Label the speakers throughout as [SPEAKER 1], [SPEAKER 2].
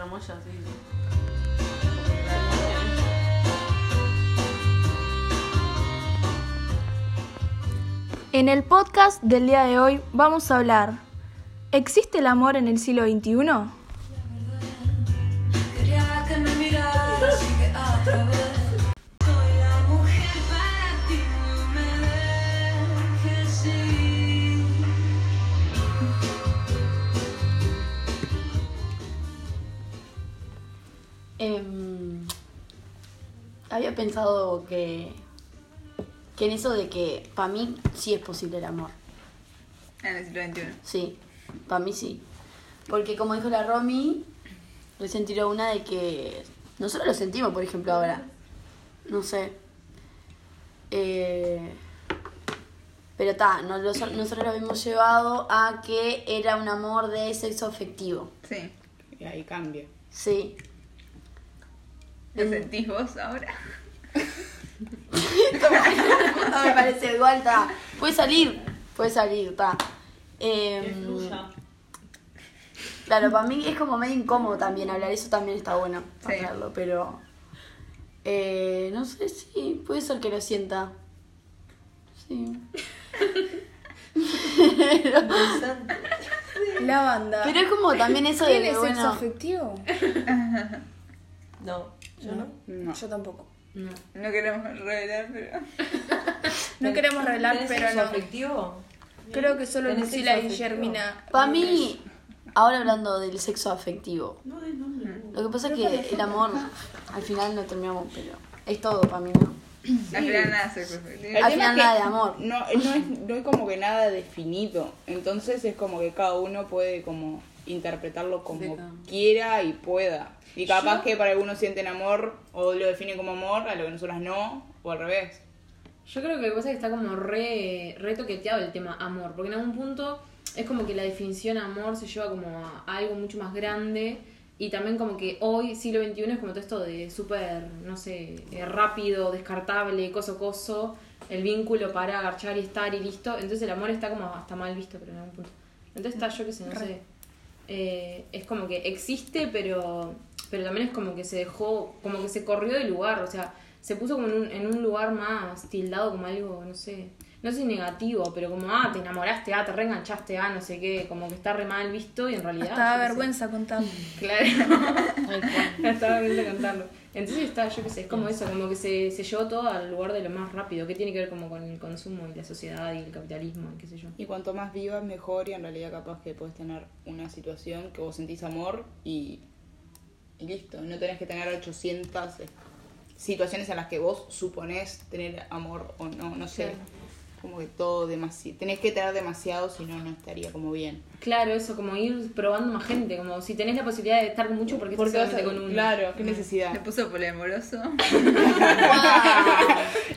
[SPEAKER 1] tramoya, sí.
[SPEAKER 2] En el podcast del día de hoy vamos a hablar, ¿existe el amor en el siglo XXI?
[SPEAKER 3] Quería que me miraras y que otra vez Soy la mujer para ti, no me dejes ir
[SPEAKER 4] Em, había pensado que, que en eso de que para mí sí es posible el amor.
[SPEAKER 5] En el siglo XXI.
[SPEAKER 4] Sí, para mí sí. Porque como dijo la Romy, recién tiró una de que nosotros lo sentimos, por ejemplo, ahora. No sé. Eh, pero está, nosotros lo habíamos llevado a que era un amor de sexo afectivo.
[SPEAKER 5] Sí.
[SPEAKER 6] Y ahí cambia.
[SPEAKER 4] Sí.
[SPEAKER 5] ¿Lo sentís vos ahora?
[SPEAKER 4] No me parece igual, está. Puede salir, puede salir, está. Em, claro, para mí es como medio incómodo también hablar, eso también está bueno
[SPEAKER 5] Sí.
[SPEAKER 4] hablarlo, pero. eh, no sé si puede ser que lo sienta. Sí.
[SPEAKER 2] La banda.
[SPEAKER 4] Pero es como también eso de
[SPEAKER 2] ¿Tiene
[SPEAKER 4] que,
[SPEAKER 2] sexo
[SPEAKER 4] bueno.
[SPEAKER 2] afectivo?
[SPEAKER 1] No, yo no.
[SPEAKER 6] No.
[SPEAKER 2] Yo tampoco.
[SPEAKER 5] No queremos revelar, pero.
[SPEAKER 2] No queremos revelar,
[SPEAKER 1] ¿Tenés
[SPEAKER 2] pero
[SPEAKER 1] sexo
[SPEAKER 2] no.
[SPEAKER 1] afectivo?
[SPEAKER 2] Creo que solo
[SPEAKER 1] ¿Tenés
[SPEAKER 2] Lucila y
[SPEAKER 1] sexo afectivo?
[SPEAKER 2] Germina.
[SPEAKER 4] Para mí, ahora hablando del sexo afectivo,
[SPEAKER 1] No, de nombre.
[SPEAKER 4] lo que pasa es que el amor al final no terminamos, pero es todo para mí, ¿no?
[SPEAKER 5] Al final nada se confundió.
[SPEAKER 6] El
[SPEAKER 4] Al
[SPEAKER 6] tema
[SPEAKER 4] final
[SPEAKER 6] es que
[SPEAKER 4] nada de amor.
[SPEAKER 6] No, eh, no, es, no hay como que nada definido. Entonces es como que cada uno puede como interpretarlo como quiera y pueda. Y capaz que para algunos sienten amor o lo definen como amor, a lo que nosotras no, o al revés.
[SPEAKER 7] Yo creo que lo que pasa es que está como re, re toqueteado el tema amor, porque en algún punto es como que la definición amor se lleva como a algo mucho más grande y también como que hoy, siglo XXI, es como todo esto de súper, no sé, eh, rápido, descartable, coso, coso, el vínculo para agarchar y estar y listo. Entonces el amor está como hasta mal visto, pero en algún punto. Entonces está yo que sé, no sé. Eh, es como que existe, pero, pero también es como que se dejó, como que se corrió de lugar, o sea, se puso como en un, en un lugar más tildado como algo, no sé, no sé si negativo, pero como, ah, te enamoraste, ah, te reenganchaste, ah, no sé qué, como que está re mal visto y en realidad...
[SPEAKER 2] Hasta da
[SPEAKER 7] yo qué sé.
[SPEAKER 2] vergüenza contar.
[SPEAKER 7] Claro. Hasta da vergüenza contarlo. Entonces está, yo qué sé, es como eso, como que se, se llevó todo al lugar de lo más rápido, que tiene que ver como con el consumo y la sociedad y el capitalismo y qué sé yo.
[SPEAKER 6] Y cuanto más vivas, mejor. Y en realidad, capaz que puedes tener una situación que vos sentís amor y, y listo. No tenés que tener 800 es- situaciones en las que vos suponés tener amor o no. No sé. Como que todo demasiado. Tenés que tener demasiado, si no, no estaría como bien.
[SPEAKER 7] Claro, eso, como ir probando más gente, como si tenés la posibilidad de estar con mucho, porque
[SPEAKER 6] Porque
[SPEAKER 7] estás
[SPEAKER 6] vas a-
[SPEAKER 7] solamente con uno.
[SPEAKER 6] Claro, qué
[SPEAKER 5] Se
[SPEAKER 6] necesidad.
[SPEAKER 5] puso poliamoroso.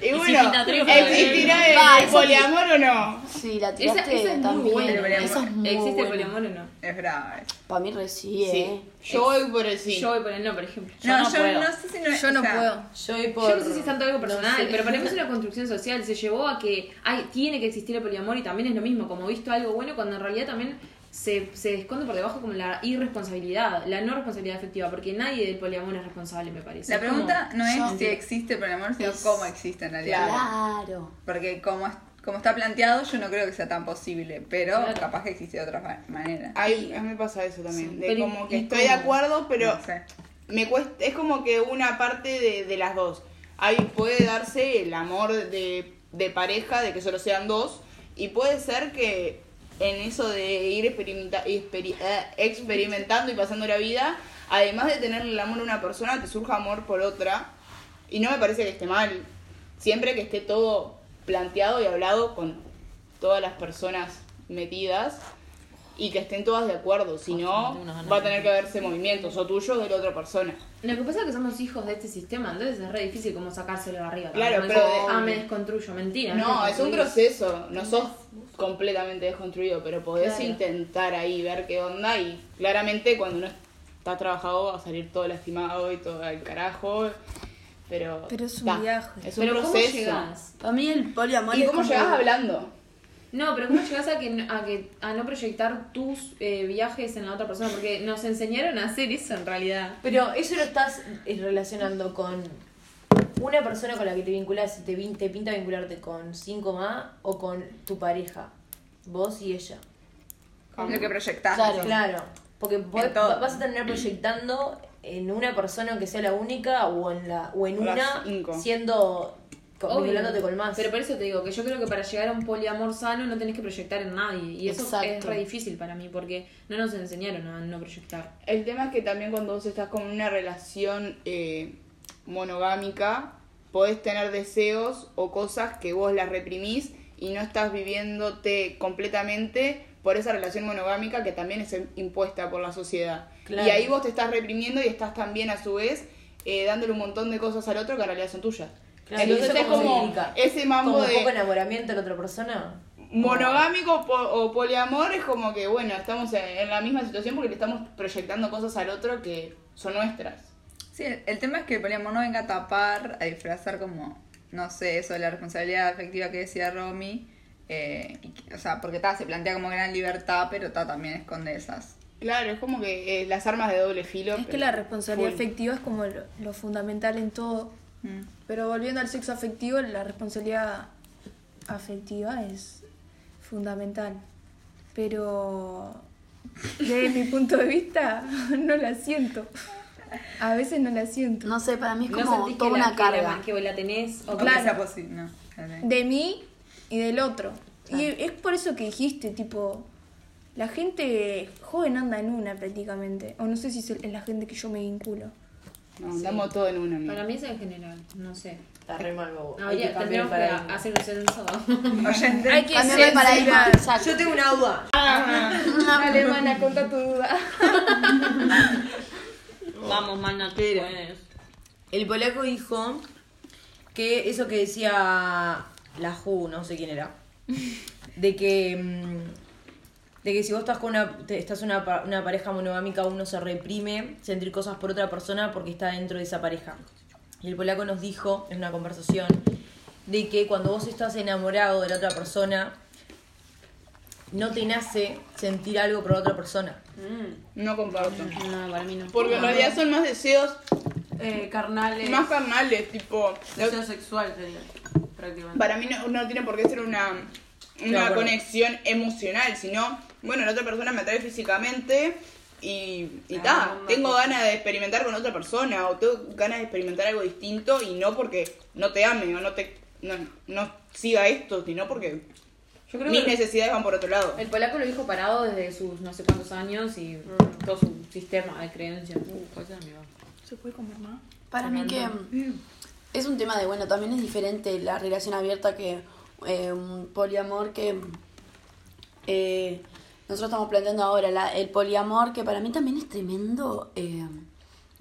[SPEAKER 6] Y bueno,
[SPEAKER 7] quita tres,
[SPEAKER 6] ¿existirá el,
[SPEAKER 4] Va,
[SPEAKER 6] el
[SPEAKER 4] eso sí.
[SPEAKER 6] poliamor o no?
[SPEAKER 4] Sí, la
[SPEAKER 7] Esa,
[SPEAKER 4] tiraste
[SPEAKER 7] esa es muy
[SPEAKER 4] también.
[SPEAKER 7] buena.
[SPEAKER 5] el poliamor.
[SPEAKER 4] Esa es muy
[SPEAKER 7] ¿Existe el
[SPEAKER 4] buena.
[SPEAKER 7] poliamor o no?
[SPEAKER 5] Es bravo. eh.
[SPEAKER 4] Para mí eh. recién.
[SPEAKER 6] Sí. Yo voy por el sí.
[SPEAKER 7] Yo voy por el no, por ejemplo.
[SPEAKER 5] No, yo no sé si no
[SPEAKER 2] Yo no
[SPEAKER 5] o sea,
[SPEAKER 2] puedo.
[SPEAKER 1] Yo voy por.
[SPEAKER 7] Yo no sé si es tanto algo personal, pero para mí es una construcción social. Se llevó a que hay, tiene que existir el poliamor y también es lo mismo, como visto algo bueno, cuando en realidad también se, se esconde por debajo como la irresponsabilidad, la no responsabilidad afectiva, porque nadie del poliamor es responsable, me parece.
[SPEAKER 5] La
[SPEAKER 7] Es como-
[SPEAKER 5] pregunta no es
[SPEAKER 4] yo-
[SPEAKER 5] si existe poliamor, sino
[SPEAKER 4] Es-
[SPEAKER 5] cómo existe en realidad.
[SPEAKER 4] Claro.
[SPEAKER 5] Porque como, es- como está planteado, yo no creo que sea tan posible. Pero
[SPEAKER 7] Claro.
[SPEAKER 5] capaz que existe de otra ma- manera.
[SPEAKER 6] Ay, a mí me pasa eso también. de
[SPEAKER 7] Pero
[SPEAKER 6] como que
[SPEAKER 7] ¿y
[SPEAKER 6] estoy de
[SPEAKER 7] cómo?
[SPEAKER 6] acuerdo, pero
[SPEAKER 5] No sé.
[SPEAKER 6] me cuesta, es como que una parte de, de las dos. Ahí puede darse el amor de, de pareja, de que solo sean dos, y puede ser que en eso de ir experimenta- experi- eh, experimentando y pasando la vida, además de tener el amor a una persona, te surja amor por otra, y no me parece que esté mal, siempre que esté todo planteado y hablado con todas las personas metidas. Y que estén todas de acuerdo, si no, va a tener que haberse movimientos o tuyos o de la otra persona.
[SPEAKER 7] Lo que pasa es que somos hijos de este sistema, entonces es re difícil como sacárselo de arriba.
[SPEAKER 6] Claro,
[SPEAKER 7] Como
[SPEAKER 6] pero
[SPEAKER 7] decir,
[SPEAKER 6] de-
[SPEAKER 7] Ah, me desconstruyo, mentira.
[SPEAKER 6] No,
[SPEAKER 7] me
[SPEAKER 6] es un
[SPEAKER 7] desconstruís.
[SPEAKER 6] proceso. No sos completamente desconstruido, pero podés
[SPEAKER 7] Claro.
[SPEAKER 6] intentar ahí ver qué onda. Y claramente, cuando uno está trabajado, va a salir todo lastimado y todo al carajo. Pero,
[SPEAKER 2] Pero es un
[SPEAKER 6] ta,
[SPEAKER 2] viaje.
[SPEAKER 6] Es un
[SPEAKER 7] Pero ¿cómo
[SPEAKER 6] proceso.
[SPEAKER 7] llegás?
[SPEAKER 4] Para mí el poliamor
[SPEAKER 6] ¿Y
[SPEAKER 4] es
[SPEAKER 6] cómo
[SPEAKER 4] como-
[SPEAKER 6] llegás hablando?
[SPEAKER 7] No, pero ¿cómo llegas a que, n- a que a no proyectar tus eh, viajes en la otra persona? Porque nos enseñaron a hacer eso en realidad.
[SPEAKER 1] Pero eso lo estás eh, relacionando con una persona con la que te vinculas y te, vin- te pinta vincularte con cinco más o con tu pareja. Vos y ella.
[SPEAKER 5] Lo que proyectás.
[SPEAKER 1] Claro. Porque vos
[SPEAKER 5] En todo.
[SPEAKER 1] vas a terminar proyectando en una persona aunque sea la única o en la o en
[SPEAKER 6] Las
[SPEAKER 1] una
[SPEAKER 6] cinco.
[SPEAKER 1] siendo co-
[SPEAKER 7] Obvio.
[SPEAKER 1] vinculándote con más.
[SPEAKER 7] Pero por eso te digo que yo creo que para llegar a un poliamor sano no tenés que proyectar en nadie. Y eso es
[SPEAKER 4] Exacto.
[SPEAKER 7] re difícil para mí porque no nos enseñaron a no proyectar.
[SPEAKER 6] El tema es que también cuando vos estás con una relación eh, monogámica, podés tener deseos o cosas que vos las reprimís y no estás viviéndote completamente por esa relación monogámica que también es impuesta por la sociedad.
[SPEAKER 1] Claro.
[SPEAKER 6] Y ahí vos te estás reprimiendo y estás también a su vez eh, dándole un montón de cosas al otro que en realidad son tuyas.
[SPEAKER 1] Claro,
[SPEAKER 6] Entonces
[SPEAKER 1] ¿y eso
[SPEAKER 6] es
[SPEAKER 1] cómo se
[SPEAKER 6] como
[SPEAKER 1] identifica?
[SPEAKER 6] ese mambo
[SPEAKER 1] como un
[SPEAKER 6] de
[SPEAKER 1] poco enamoramiento de la otra persona.
[SPEAKER 6] monogámico po- o poliamor es como que, bueno, estamos en en la misma situación porque le estamos proyectando cosas al otro que son nuestras.
[SPEAKER 5] Sí, el el tema es que el poliamor no venga a tapar, a disfrazar como, no sé, eso de la responsabilidad afectiva que decía Romy. eh, y que- o sea, porque ta, se plantea como gran libertad, pero ta, también esconde esas.
[SPEAKER 6] Claro, es como que eh, las armas de doble filo.
[SPEAKER 8] Es que
[SPEAKER 6] pero
[SPEAKER 8] la responsabilidad
[SPEAKER 6] Eh, full.
[SPEAKER 8] afectiva es como lo, lo fundamental en todo.
[SPEAKER 5] Mm.
[SPEAKER 8] Pero volviendo al sexo afectivo, la responsabilidad afectiva es fundamental. Pero desde mi punto de vista, no la siento. A veces no la siento.
[SPEAKER 4] No sé, para mí es
[SPEAKER 7] No
[SPEAKER 4] como
[SPEAKER 7] sentís
[SPEAKER 4] toda
[SPEAKER 7] que, la-
[SPEAKER 4] una
[SPEAKER 7] que la-
[SPEAKER 4] carga.
[SPEAKER 7] que la tenés o que-
[SPEAKER 5] Aunque sea posible, no. Claro.
[SPEAKER 8] de mí y del otro. Y es por eso que dijiste, tipo, la gente joven anda en una prácticamente. O no sé si es el- es la gente que yo me vinculo.
[SPEAKER 6] No, andamos todo en una, amiga.
[SPEAKER 7] Para mí es en general, no sé.
[SPEAKER 1] Está re mal, bobo. Hay
[SPEAKER 7] Habría,
[SPEAKER 1] que cambiar
[SPEAKER 7] tendríamos
[SPEAKER 1] el
[SPEAKER 7] que
[SPEAKER 1] paradigma.
[SPEAKER 7] hacer un censo.
[SPEAKER 5] Oyente.
[SPEAKER 8] Hay que
[SPEAKER 4] Cambiarme de paradigma.
[SPEAKER 8] censurar.
[SPEAKER 4] Exacto.
[SPEAKER 1] Yo tengo una duda.
[SPEAKER 8] Alemana, contá tu duda.
[SPEAKER 9] Vamos, mana, tú puedes.
[SPEAKER 1] El polaco dijo que eso que decía la Ju, no sé quién era, de que mm, de que si vos estás con una te- estás en una, pa- una pareja monogámica uno se reprime sentir cosas por otra persona porque está dentro de esa pareja. Y el polaco nos dijo en una conversación de que cuando vos estás enamorado de la otra persona no te nace sentir algo por la otra persona.
[SPEAKER 6] No comparto.
[SPEAKER 7] No, para mí no.
[SPEAKER 6] Porque en realidad son más deseos
[SPEAKER 9] Eh, carnales.
[SPEAKER 6] más carnales, tipo.
[SPEAKER 9] Deseo sexual sería. Prácticamente.
[SPEAKER 6] Para mí no, no tiene por qué ser una,
[SPEAKER 1] De
[SPEAKER 6] una
[SPEAKER 1] acuerdo.
[SPEAKER 6] conexión emocional, sino, bueno, la otra persona me atrae físicamente y, y ta, tengo ganas de experimentar con otra persona o tengo ganas de experimentar algo distinto y no porque no te ame o no te no, no siga esto, sino porque
[SPEAKER 7] Yo creo
[SPEAKER 6] mis
[SPEAKER 7] que
[SPEAKER 6] necesidades van por otro lado.
[SPEAKER 7] el polaco lo dijo parado desde sus no sé cuántos años y
[SPEAKER 1] Mm.
[SPEAKER 7] todo su sistema de creencias.
[SPEAKER 1] Uh, pues
[SPEAKER 7] cosas, amigo.
[SPEAKER 8] ¿Se puede comer más?
[SPEAKER 4] Para mí que mm, es un tema de, bueno, también es diferente la relación abierta que eh, un poliamor que eh, nosotros estamos planteando ahora, la- el poliamor que para mí también es tremendo eh,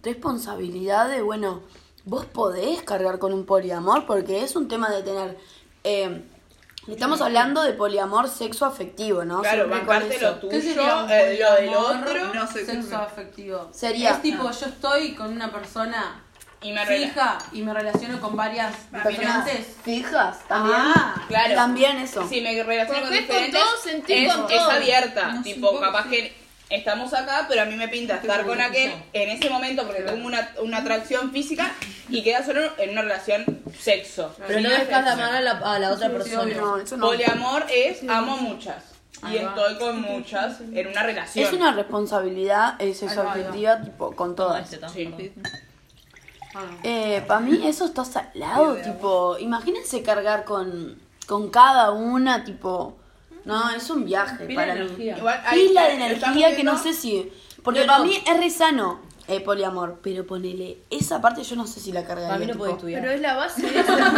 [SPEAKER 4] responsabilidad de, bueno, vos podés cargar con un poliamor porque es un tema de tener... eh, Estamos hablando de poliamor sexo afectivo, ¿no?
[SPEAKER 6] claro,
[SPEAKER 4] Siempre con
[SPEAKER 6] bancarte
[SPEAKER 4] eso.
[SPEAKER 6] lo tuyo,
[SPEAKER 9] ¿Qué sería un
[SPEAKER 6] eh, lo del
[SPEAKER 9] poliamor?
[SPEAKER 6] otro
[SPEAKER 5] no sé.
[SPEAKER 9] Sexo afectivo.
[SPEAKER 4] Sería-
[SPEAKER 9] Es tipo, yo estoy con una persona
[SPEAKER 6] y me rela-
[SPEAKER 9] fija y me relaciono con varias
[SPEAKER 4] Personas
[SPEAKER 9] diferentes.
[SPEAKER 4] fijas también.
[SPEAKER 9] Ah,
[SPEAKER 6] Claro.
[SPEAKER 4] También eso.
[SPEAKER 6] Si me relaciono con
[SPEAKER 8] Porque con
[SPEAKER 6] diferentes,
[SPEAKER 8] todo, sentir
[SPEAKER 6] es,
[SPEAKER 8] con
[SPEAKER 6] es
[SPEAKER 8] todo.
[SPEAKER 6] abierta. tipo, capaz que estamos acá, pero a mí me pinta estar con aquel en ese momento porque tengo una, una atracción física y queda solo en una relación sexo.
[SPEAKER 1] Pero no dejas de amar a la, a la otra persona.
[SPEAKER 4] No, eso no.
[SPEAKER 6] Poliamor es amo a muchas y estoy con muchas en una relación.
[SPEAKER 4] Es una responsabilidad eh, sexoafectiva, tipo, con
[SPEAKER 1] este
[SPEAKER 4] todas.
[SPEAKER 6] Este Sí.
[SPEAKER 4] Eh, para mí eso está salado, tipo, imagínense cargar con, con cada una, tipo, no, es un viaje para mí.
[SPEAKER 6] Igual ahí
[SPEAKER 4] Pila de
[SPEAKER 6] está, estamos
[SPEAKER 4] energía que no
[SPEAKER 6] viendo-
[SPEAKER 4] sé si, porque para mí es re sano eh, poliamor, pero ponele, esa parte yo no sé si la cargaría.
[SPEAKER 1] A mí no
[SPEAKER 4] tipo.
[SPEAKER 1] puedo estudiar.
[SPEAKER 8] Pero es la base.
[SPEAKER 5] Claro.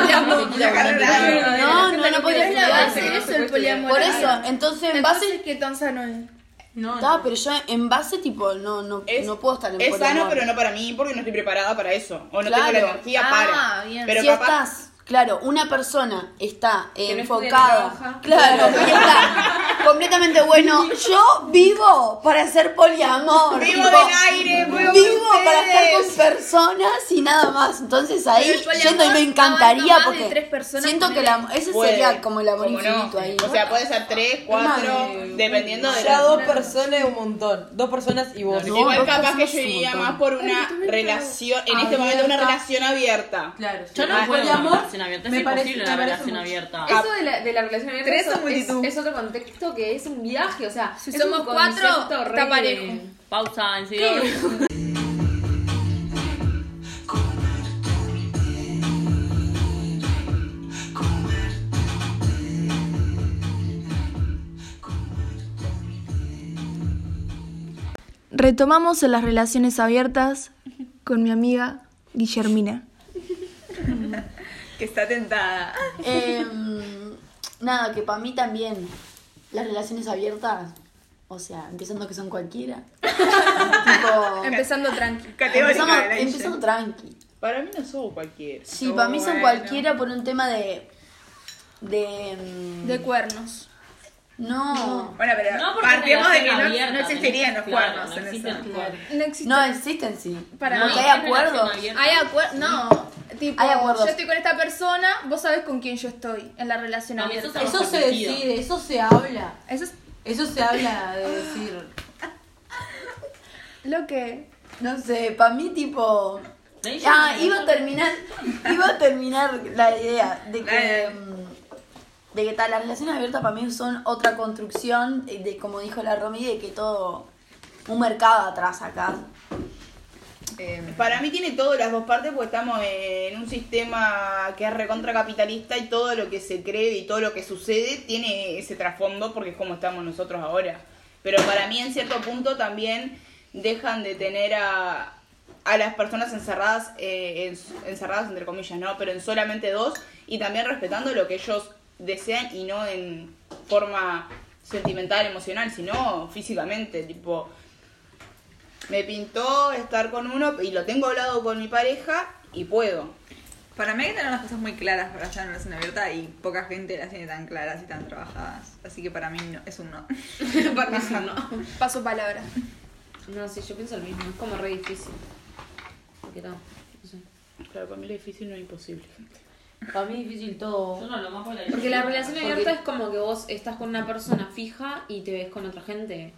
[SPEAKER 4] No, no, no podría
[SPEAKER 8] es la
[SPEAKER 4] estudiar.
[SPEAKER 8] base, eso el poliamor.
[SPEAKER 4] Por eso, entonces en base,
[SPEAKER 8] Entonces, ¿qué tan sano es?
[SPEAKER 4] está, pero yo en base, tipo, no, no,
[SPEAKER 6] Es-
[SPEAKER 4] no puedo estar en
[SPEAKER 6] Es sano,
[SPEAKER 4] poliamor.
[SPEAKER 6] pero no para mí porque no estoy preparada para eso. O no tengo la
[SPEAKER 4] Claro.
[SPEAKER 6] energía
[SPEAKER 8] Ah,
[SPEAKER 6] para.
[SPEAKER 8] bien.
[SPEAKER 6] Pero
[SPEAKER 4] si
[SPEAKER 6] capaz.
[SPEAKER 4] estás, claro, una persona está eh,
[SPEAKER 7] no estudia,
[SPEAKER 4] enfocada,
[SPEAKER 7] trabaja.
[SPEAKER 4] claro, y está completamente bueno. Yo vivo para ser poliamor.
[SPEAKER 6] Vivo
[SPEAKER 4] tipo,
[SPEAKER 6] del aire, vivo
[SPEAKER 4] vivo
[SPEAKER 6] con
[SPEAKER 4] para estar con personas y nada más. Entonces ahí
[SPEAKER 10] Pero el
[SPEAKER 4] yendo y me
[SPEAKER 10] poliamor
[SPEAKER 4] encantaría
[SPEAKER 10] abarca más de
[SPEAKER 4] porque
[SPEAKER 10] tres personas,
[SPEAKER 4] siento que
[SPEAKER 10] ponele.
[SPEAKER 4] la, ese
[SPEAKER 6] Puede,
[SPEAKER 4] sería como el amor
[SPEAKER 6] como no.
[SPEAKER 4] infinito ahí.
[SPEAKER 6] O sea, puede ser tres, cuatro, dependiendo de
[SPEAKER 11] Ya
[SPEAKER 6] la...
[SPEAKER 11] dos personas es un montón. Dos personas y vos.
[SPEAKER 6] Igual capaz que yo iría más por una relación, en este momento una relación abierta.
[SPEAKER 9] Claro.
[SPEAKER 12] Yo no
[SPEAKER 9] Ah,
[SPEAKER 12] puedo una
[SPEAKER 9] poliamor,
[SPEAKER 12] relación abierta. Es
[SPEAKER 9] me parece-
[SPEAKER 12] imposible
[SPEAKER 9] me
[SPEAKER 12] una
[SPEAKER 9] parece
[SPEAKER 12] relación
[SPEAKER 9] mucho.
[SPEAKER 12] abierta.
[SPEAKER 10] Ah,
[SPEAKER 7] Eso de la, de la relación abierta
[SPEAKER 11] Tres o
[SPEAKER 7] es,
[SPEAKER 11] multitud.
[SPEAKER 7] es otro contexto que es un viaje, o sea,
[SPEAKER 10] Si
[SPEAKER 7] es
[SPEAKER 10] somos
[SPEAKER 7] un
[SPEAKER 10] cuatro,
[SPEAKER 7] concepto
[SPEAKER 10] está parejo.
[SPEAKER 12] Pausa, enseguida.
[SPEAKER 2] Retomamos en las relaciones abiertas con mi amiga Guillermina.
[SPEAKER 5] Que está tentada.
[SPEAKER 4] Ah. Em, nada, que para mí también las relaciones abiertas, o sea, empezando que son cualquiera. tipo,
[SPEAKER 10] Empezando tranqui.
[SPEAKER 4] empezamos,
[SPEAKER 5] Categórica. de la
[SPEAKER 4] empezando tranqui.
[SPEAKER 6] Para mí no son cualquiera.
[SPEAKER 4] Sí, para mí son
[SPEAKER 5] Bueno.
[SPEAKER 4] cualquiera por un tema de... De... em,
[SPEAKER 10] De cuernos.
[SPEAKER 4] no.
[SPEAKER 5] Bueno, pero
[SPEAKER 12] No, porque
[SPEAKER 5] partimos de que
[SPEAKER 12] relación
[SPEAKER 5] no,
[SPEAKER 12] abierta,
[SPEAKER 5] no existirían los
[SPEAKER 12] claro,
[SPEAKER 5] cuernos
[SPEAKER 12] no
[SPEAKER 5] en
[SPEAKER 12] existen
[SPEAKER 5] eso.
[SPEAKER 12] los cuernos.
[SPEAKER 10] No existe.
[SPEAKER 4] No existen, sí.
[SPEAKER 10] Para
[SPEAKER 12] No,
[SPEAKER 10] mí.
[SPEAKER 4] Porque hay
[SPEAKER 12] es relación
[SPEAKER 4] acuerdos.
[SPEAKER 12] abierta.
[SPEAKER 10] Hay acuerdos. No. Tipo,
[SPEAKER 4] Hay acuerdos.
[SPEAKER 10] yo estoy con esta persona, vos sabés con quién yo estoy en la relación
[SPEAKER 12] No,
[SPEAKER 10] abierta.
[SPEAKER 12] eso
[SPEAKER 10] Eso,
[SPEAKER 9] Eso se decide, eso se habla.
[SPEAKER 10] es
[SPEAKER 9] Eso se habla de decir.
[SPEAKER 10] lo que.
[SPEAKER 4] No sé, para mí tipo...
[SPEAKER 12] De ahí
[SPEAKER 4] Ah,
[SPEAKER 12] yo-
[SPEAKER 4] iba a terminar, iba a terminar la idea de que, mm, de que tal, las relaciones abiertas para mí son otra construcción eh, de como dijo la Romy, de que todo un mercado atrás acá.
[SPEAKER 5] Em,
[SPEAKER 6] Para mí tiene todo las dos partes porque estamos en un sistema que es recontracapitalista y todo lo que se cree y todo lo que sucede tiene ese trasfondo porque es como estamos nosotros ahora. Pero para mí en cierto punto también dejan de tener a, a las personas encerradas, eh, en s- encerradas entre comillas, ¿no? Pero en solamente dos y también respetando lo que ellos desean y no en forma sentimental, emocional, sino físicamente, tipo, me pintó estar con uno y lo tengo hablado con mi pareja y puedo.
[SPEAKER 5] Para mí hay que tener las cosas muy claras para hacer una relación abierta y poca gente las tiene tan claras y tan trabajadas. Así que para mí no, es un no.
[SPEAKER 9] Para mí es un no.
[SPEAKER 10] Paso palabra.
[SPEAKER 7] No, sí, yo pienso lo mismo, es como re difícil. Porque no, no sé.
[SPEAKER 6] Claro, para mí lo difícil no es imposible.
[SPEAKER 11] Para mí es difícil
[SPEAKER 12] Yo
[SPEAKER 11] todo.
[SPEAKER 12] no lo más por
[SPEAKER 7] Porque la relación
[SPEAKER 9] Porque-
[SPEAKER 7] abierta es como que vos estás con una persona fija y te ves con otra gente.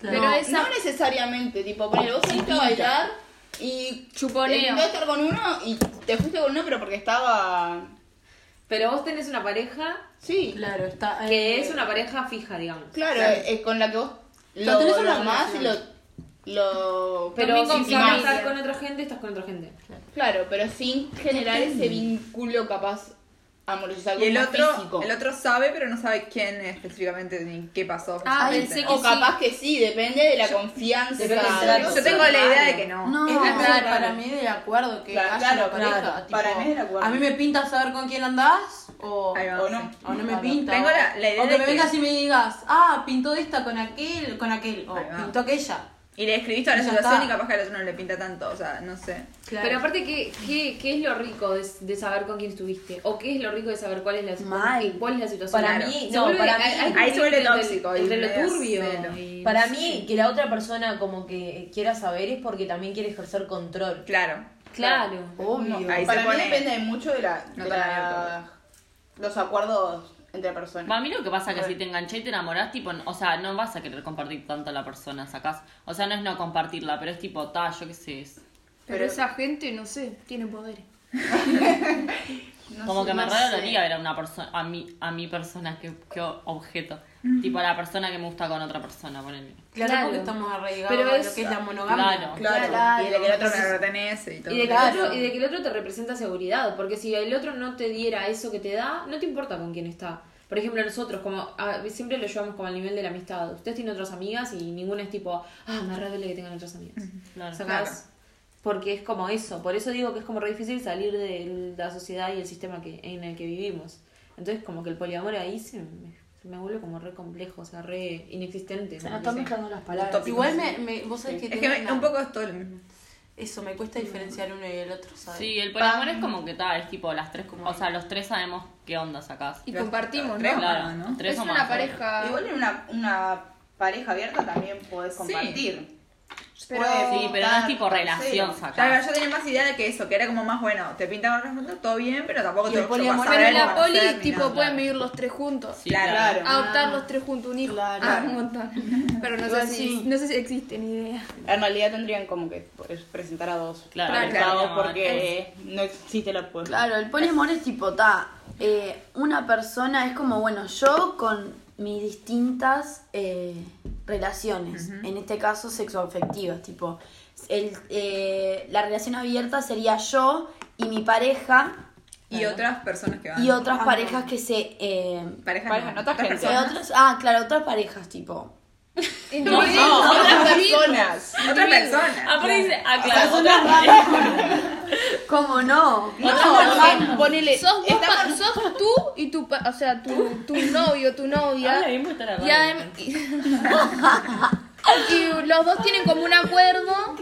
[SPEAKER 10] Pero esa.
[SPEAKER 6] No necesariamente, tipo, ponele, vos fuiste a bailar y
[SPEAKER 10] Chuponeo.
[SPEAKER 7] Eh,
[SPEAKER 6] te pintó estar con uno y te fuiste con uno pero porque estaba...
[SPEAKER 7] Pero vos tenés una pareja
[SPEAKER 6] Sí, claro,
[SPEAKER 9] Claro, está.
[SPEAKER 11] eh,
[SPEAKER 7] que es una pareja fija, digamos.
[SPEAKER 6] es con la que vos
[SPEAKER 9] Lo
[SPEAKER 6] lo
[SPEAKER 9] tenés
[SPEAKER 6] tenés
[SPEAKER 9] una
[SPEAKER 6] más y lo...
[SPEAKER 9] relación.
[SPEAKER 6] lo
[SPEAKER 7] Pero
[SPEAKER 6] también
[SPEAKER 7] si
[SPEAKER 6] con- y
[SPEAKER 7] quieres
[SPEAKER 6] más.
[SPEAKER 7] estar con otra gente, estás con otra gente.
[SPEAKER 6] Claro, pero sin generar ese vínculo capaz amoroso, es algo
[SPEAKER 5] Y el
[SPEAKER 6] más
[SPEAKER 5] otro,
[SPEAKER 6] físico.
[SPEAKER 5] el otro sabe, pero no sabe quién específicamente ni qué pasó.
[SPEAKER 10] Ah,
[SPEAKER 5] exactamente.
[SPEAKER 10] pensé
[SPEAKER 6] O capaz que sí, depende de la confianza.
[SPEAKER 9] claro.
[SPEAKER 5] Yo tengo la idea de que no.
[SPEAKER 4] No,
[SPEAKER 9] Es la clave
[SPEAKER 4] claro.
[SPEAKER 9] para mí del acuerdo que
[SPEAKER 6] Claro,
[SPEAKER 9] haya una
[SPEAKER 6] claro,
[SPEAKER 9] pareja.
[SPEAKER 6] claro.
[SPEAKER 9] tipo,
[SPEAKER 6] Para mí es el acuerdo.
[SPEAKER 9] A mí me pinta saber con quién andás o,
[SPEAKER 5] Ahí va,
[SPEAKER 6] o no.
[SPEAKER 5] sí.
[SPEAKER 9] o no me
[SPEAKER 4] Claro.
[SPEAKER 9] pinta.
[SPEAKER 5] Tengo
[SPEAKER 9] o-
[SPEAKER 5] la- la idea
[SPEAKER 9] o que
[SPEAKER 5] de
[SPEAKER 9] me
[SPEAKER 5] que-
[SPEAKER 9] vengas y me digas, ah, pintó esta con aquel, con aquel, o
[SPEAKER 5] Ahí va.
[SPEAKER 9] pintó aquella.
[SPEAKER 5] Y le escribiste a la
[SPEAKER 9] Ya
[SPEAKER 5] situación
[SPEAKER 9] está.
[SPEAKER 5] y capaz que a la otra no le pinta tanto, o sea, no sé.
[SPEAKER 7] Pero aparte, ¿qué, qué, qué es lo rico de, de saber con quién estuviste? ¿O qué es lo rico de saber cuál es la,
[SPEAKER 4] Mal.
[SPEAKER 7] cuál es la situación?
[SPEAKER 11] Para
[SPEAKER 7] Claro.
[SPEAKER 11] mí,
[SPEAKER 7] Se
[SPEAKER 11] no,
[SPEAKER 7] vuelve-
[SPEAKER 11] para mí-
[SPEAKER 7] hay- hay
[SPEAKER 5] ahí se vuelve
[SPEAKER 7] entre-
[SPEAKER 5] tóxico y
[SPEAKER 7] Entre lo
[SPEAKER 5] medio
[SPEAKER 7] turbio.
[SPEAKER 5] celo.
[SPEAKER 7] y-
[SPEAKER 11] Para mí, que la otra persona como que quiera saber es porque también quiere ejercer control.
[SPEAKER 5] Claro.
[SPEAKER 7] Claro.
[SPEAKER 6] No,
[SPEAKER 5] Ahí
[SPEAKER 6] para
[SPEAKER 5] se
[SPEAKER 6] mí
[SPEAKER 5] pone-
[SPEAKER 6] depende de mucho de, la,
[SPEAKER 5] No
[SPEAKER 6] de
[SPEAKER 5] tan
[SPEAKER 6] la- los acuerdos entre
[SPEAKER 12] Para
[SPEAKER 6] personas.
[SPEAKER 12] mí lo que pasa es que si te enganché y te enamorás, tipo, o sea, no vas a querer compartir tanto a la persona, sacás. O sea, no es no compartirla, pero es tipo, ta, yo qué sé. es-
[SPEAKER 10] Pero esa gente, no sé, tiene poderes.
[SPEAKER 12] como que me revaloría ver a una persona, a mi, a mi persona, que, que objeto. Tipo, a la persona que me gusta con otra persona, ponele.
[SPEAKER 9] Claro,
[SPEAKER 7] Claro.
[SPEAKER 9] porque estamos arraigados
[SPEAKER 7] Pero
[SPEAKER 9] a
[SPEAKER 7] es-
[SPEAKER 9] lo que es la
[SPEAKER 10] Ah,
[SPEAKER 9] monogamia.
[SPEAKER 12] Claro.
[SPEAKER 5] Y de que el otro me pertenece y todo.
[SPEAKER 7] Y de, que el
[SPEAKER 9] Claro.
[SPEAKER 7] otro, y de que el otro te representa seguridad, porque si el otro no te diera eso que te da, no te importa con quién está. Por ejemplo, nosotros como ah, siempre lo llevamos como al nivel de la amistad. Ustedes tienen otras amigas y ninguna es tipo, ah, me re duele que tengan otras amigas.
[SPEAKER 12] Claro.
[SPEAKER 7] ¿Sacás?
[SPEAKER 5] Claro.
[SPEAKER 7] Porque es como eso. Por eso digo que es como re difícil salir de la sociedad y el sistema que, en el que vivimos. Entonces, como que el poliamor ahí se me, se me vuelve como re complejo, o sea, re inexistente. como que
[SPEAKER 11] Están
[SPEAKER 7] sé.
[SPEAKER 11] mezclando las palabras.
[SPEAKER 9] Igual me, me- vos sabés que,
[SPEAKER 5] Es que
[SPEAKER 9] tengo
[SPEAKER 5] me-
[SPEAKER 9] una-
[SPEAKER 5] un poco es todo lo mismo.
[SPEAKER 9] eso, me cuesta diferenciar uno y el otro, ¿sabes?
[SPEAKER 12] Sí, el poliamor es como que ta, es tipo las tres, o sea, los tres sabemos qué onda sacás.
[SPEAKER 10] Y compartimos,
[SPEAKER 5] Tres
[SPEAKER 10] ¿no?
[SPEAKER 5] o
[SPEAKER 12] Claro,
[SPEAKER 5] más, ¿no?
[SPEAKER 12] tres
[SPEAKER 10] es
[SPEAKER 12] o
[SPEAKER 10] una
[SPEAKER 12] más,
[SPEAKER 10] pareja.
[SPEAKER 6] Igual en una, una pareja abierta también podés compartir.
[SPEAKER 5] Pero-
[SPEAKER 12] sí, pero no es tipo
[SPEAKER 5] Sí.
[SPEAKER 12] relación sacada.
[SPEAKER 5] Claro, yo tenía más idea de que eso, que era como más bueno. Te pintan otras juntas, todo bien, pero tampoco te vas a
[SPEAKER 10] Pero
[SPEAKER 5] saber
[SPEAKER 10] en la
[SPEAKER 5] cómo
[SPEAKER 10] poli,
[SPEAKER 5] hacer ni
[SPEAKER 10] tipo,
[SPEAKER 5] nada.
[SPEAKER 10] pueden vivir los tres juntos.
[SPEAKER 5] Sí, claro. Claro.
[SPEAKER 10] Adoptar
[SPEAKER 5] Ah.
[SPEAKER 10] los tres juntos, un hijo. Ah, un montón. Pero no
[SPEAKER 6] Igual
[SPEAKER 10] sé, si,
[SPEAKER 6] sí.
[SPEAKER 10] no sé si existe ni idea.
[SPEAKER 6] En realidad tendrían como que pues, presentar a dos.
[SPEAKER 10] Claro,
[SPEAKER 6] Claro,
[SPEAKER 10] claro.
[SPEAKER 6] porque eh, no existe la puerta.
[SPEAKER 4] Claro, el poliamor es tipo, ta, eh, una persona es como, bueno, yo con mis distintas eh, relaciones, en este caso sexoafectivas, tipo, el, eh, la relación abierta sería yo y mi pareja
[SPEAKER 5] Y otras personas que van.
[SPEAKER 4] y otras parejas que se... eh,
[SPEAKER 5] Parejas Parejas, no, no, otras otras gente.
[SPEAKER 4] Eh,
[SPEAKER 5] personas.
[SPEAKER 4] otras- ah, claro, otras parejas, tipo...
[SPEAKER 5] No, otras personas. Otras personas.
[SPEAKER 12] Aparte dice, ah,
[SPEAKER 4] O sea,
[SPEAKER 12] claro,
[SPEAKER 4] son
[SPEAKER 12] otra-
[SPEAKER 4] las ramas. ¿Cómo no?
[SPEAKER 10] No,
[SPEAKER 4] Otras
[SPEAKER 10] porque
[SPEAKER 4] ramas.
[SPEAKER 10] ponele. Sos, vos pa- sos tú y tu, pa- o sea, tu, tu novio, tu novia.
[SPEAKER 12] Habla bien, porque está la
[SPEAKER 10] y, adem- y los dos tienen como un acuerdo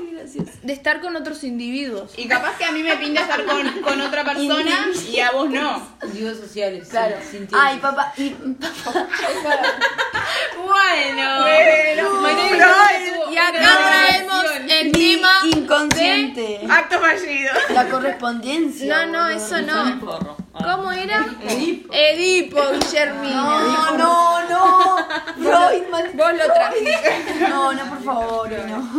[SPEAKER 10] de estar con otros individuos.
[SPEAKER 6] Y capaz que a mí me pinta estar con, con otra persona y a vos no.
[SPEAKER 1] Individuos sociales.
[SPEAKER 4] Claro. Ay, papá. Y, papá.
[SPEAKER 7] Bueno.
[SPEAKER 4] Bueno,
[SPEAKER 7] María Isabel
[SPEAKER 10] Oh,
[SPEAKER 7] tuvo
[SPEAKER 4] y
[SPEAKER 7] una
[SPEAKER 4] acá
[SPEAKER 7] relación.
[SPEAKER 4] traemos el tema inconsciente.
[SPEAKER 6] Acto fallido.
[SPEAKER 4] La correspondencia.
[SPEAKER 10] No, no,
[SPEAKER 4] boludo.
[SPEAKER 10] eso no. ¿Cómo era?
[SPEAKER 4] Edipo.
[SPEAKER 10] Edipo, Guillermina.
[SPEAKER 4] No, no, no. Freud,
[SPEAKER 10] Vos lo trajiste.
[SPEAKER 4] No, no, por favor, no.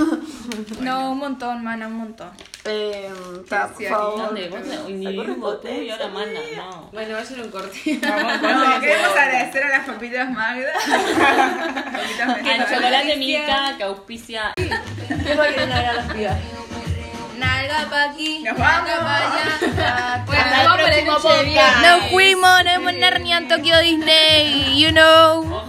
[SPEAKER 10] No, un montón, mana, un montón.
[SPEAKER 4] Eh, ta, por favor.
[SPEAKER 12] ¿Dónde? ¿Vos un individuo tú y ahora manda? No.
[SPEAKER 7] Bueno, vayan a un corte.
[SPEAKER 5] No, queremos agradecer a las papitas Magda. papitas
[SPEAKER 12] Al chocolate Mica que auspicia.
[SPEAKER 4] ¿Qué va a querer a las pibas?
[SPEAKER 10] Nalga pa' aquí,
[SPEAKER 5] Nos
[SPEAKER 10] nalga
[SPEAKER 5] vamos.
[SPEAKER 10] pa' allá.
[SPEAKER 5] Bueno,
[SPEAKER 10] Hasta
[SPEAKER 5] vamos
[SPEAKER 10] el
[SPEAKER 5] para el
[SPEAKER 10] próximo
[SPEAKER 5] coche de
[SPEAKER 10] podcast.
[SPEAKER 5] viajes.
[SPEAKER 10] Nos fuimos, nos vemos en Narnia, en Tokio Disney, you know.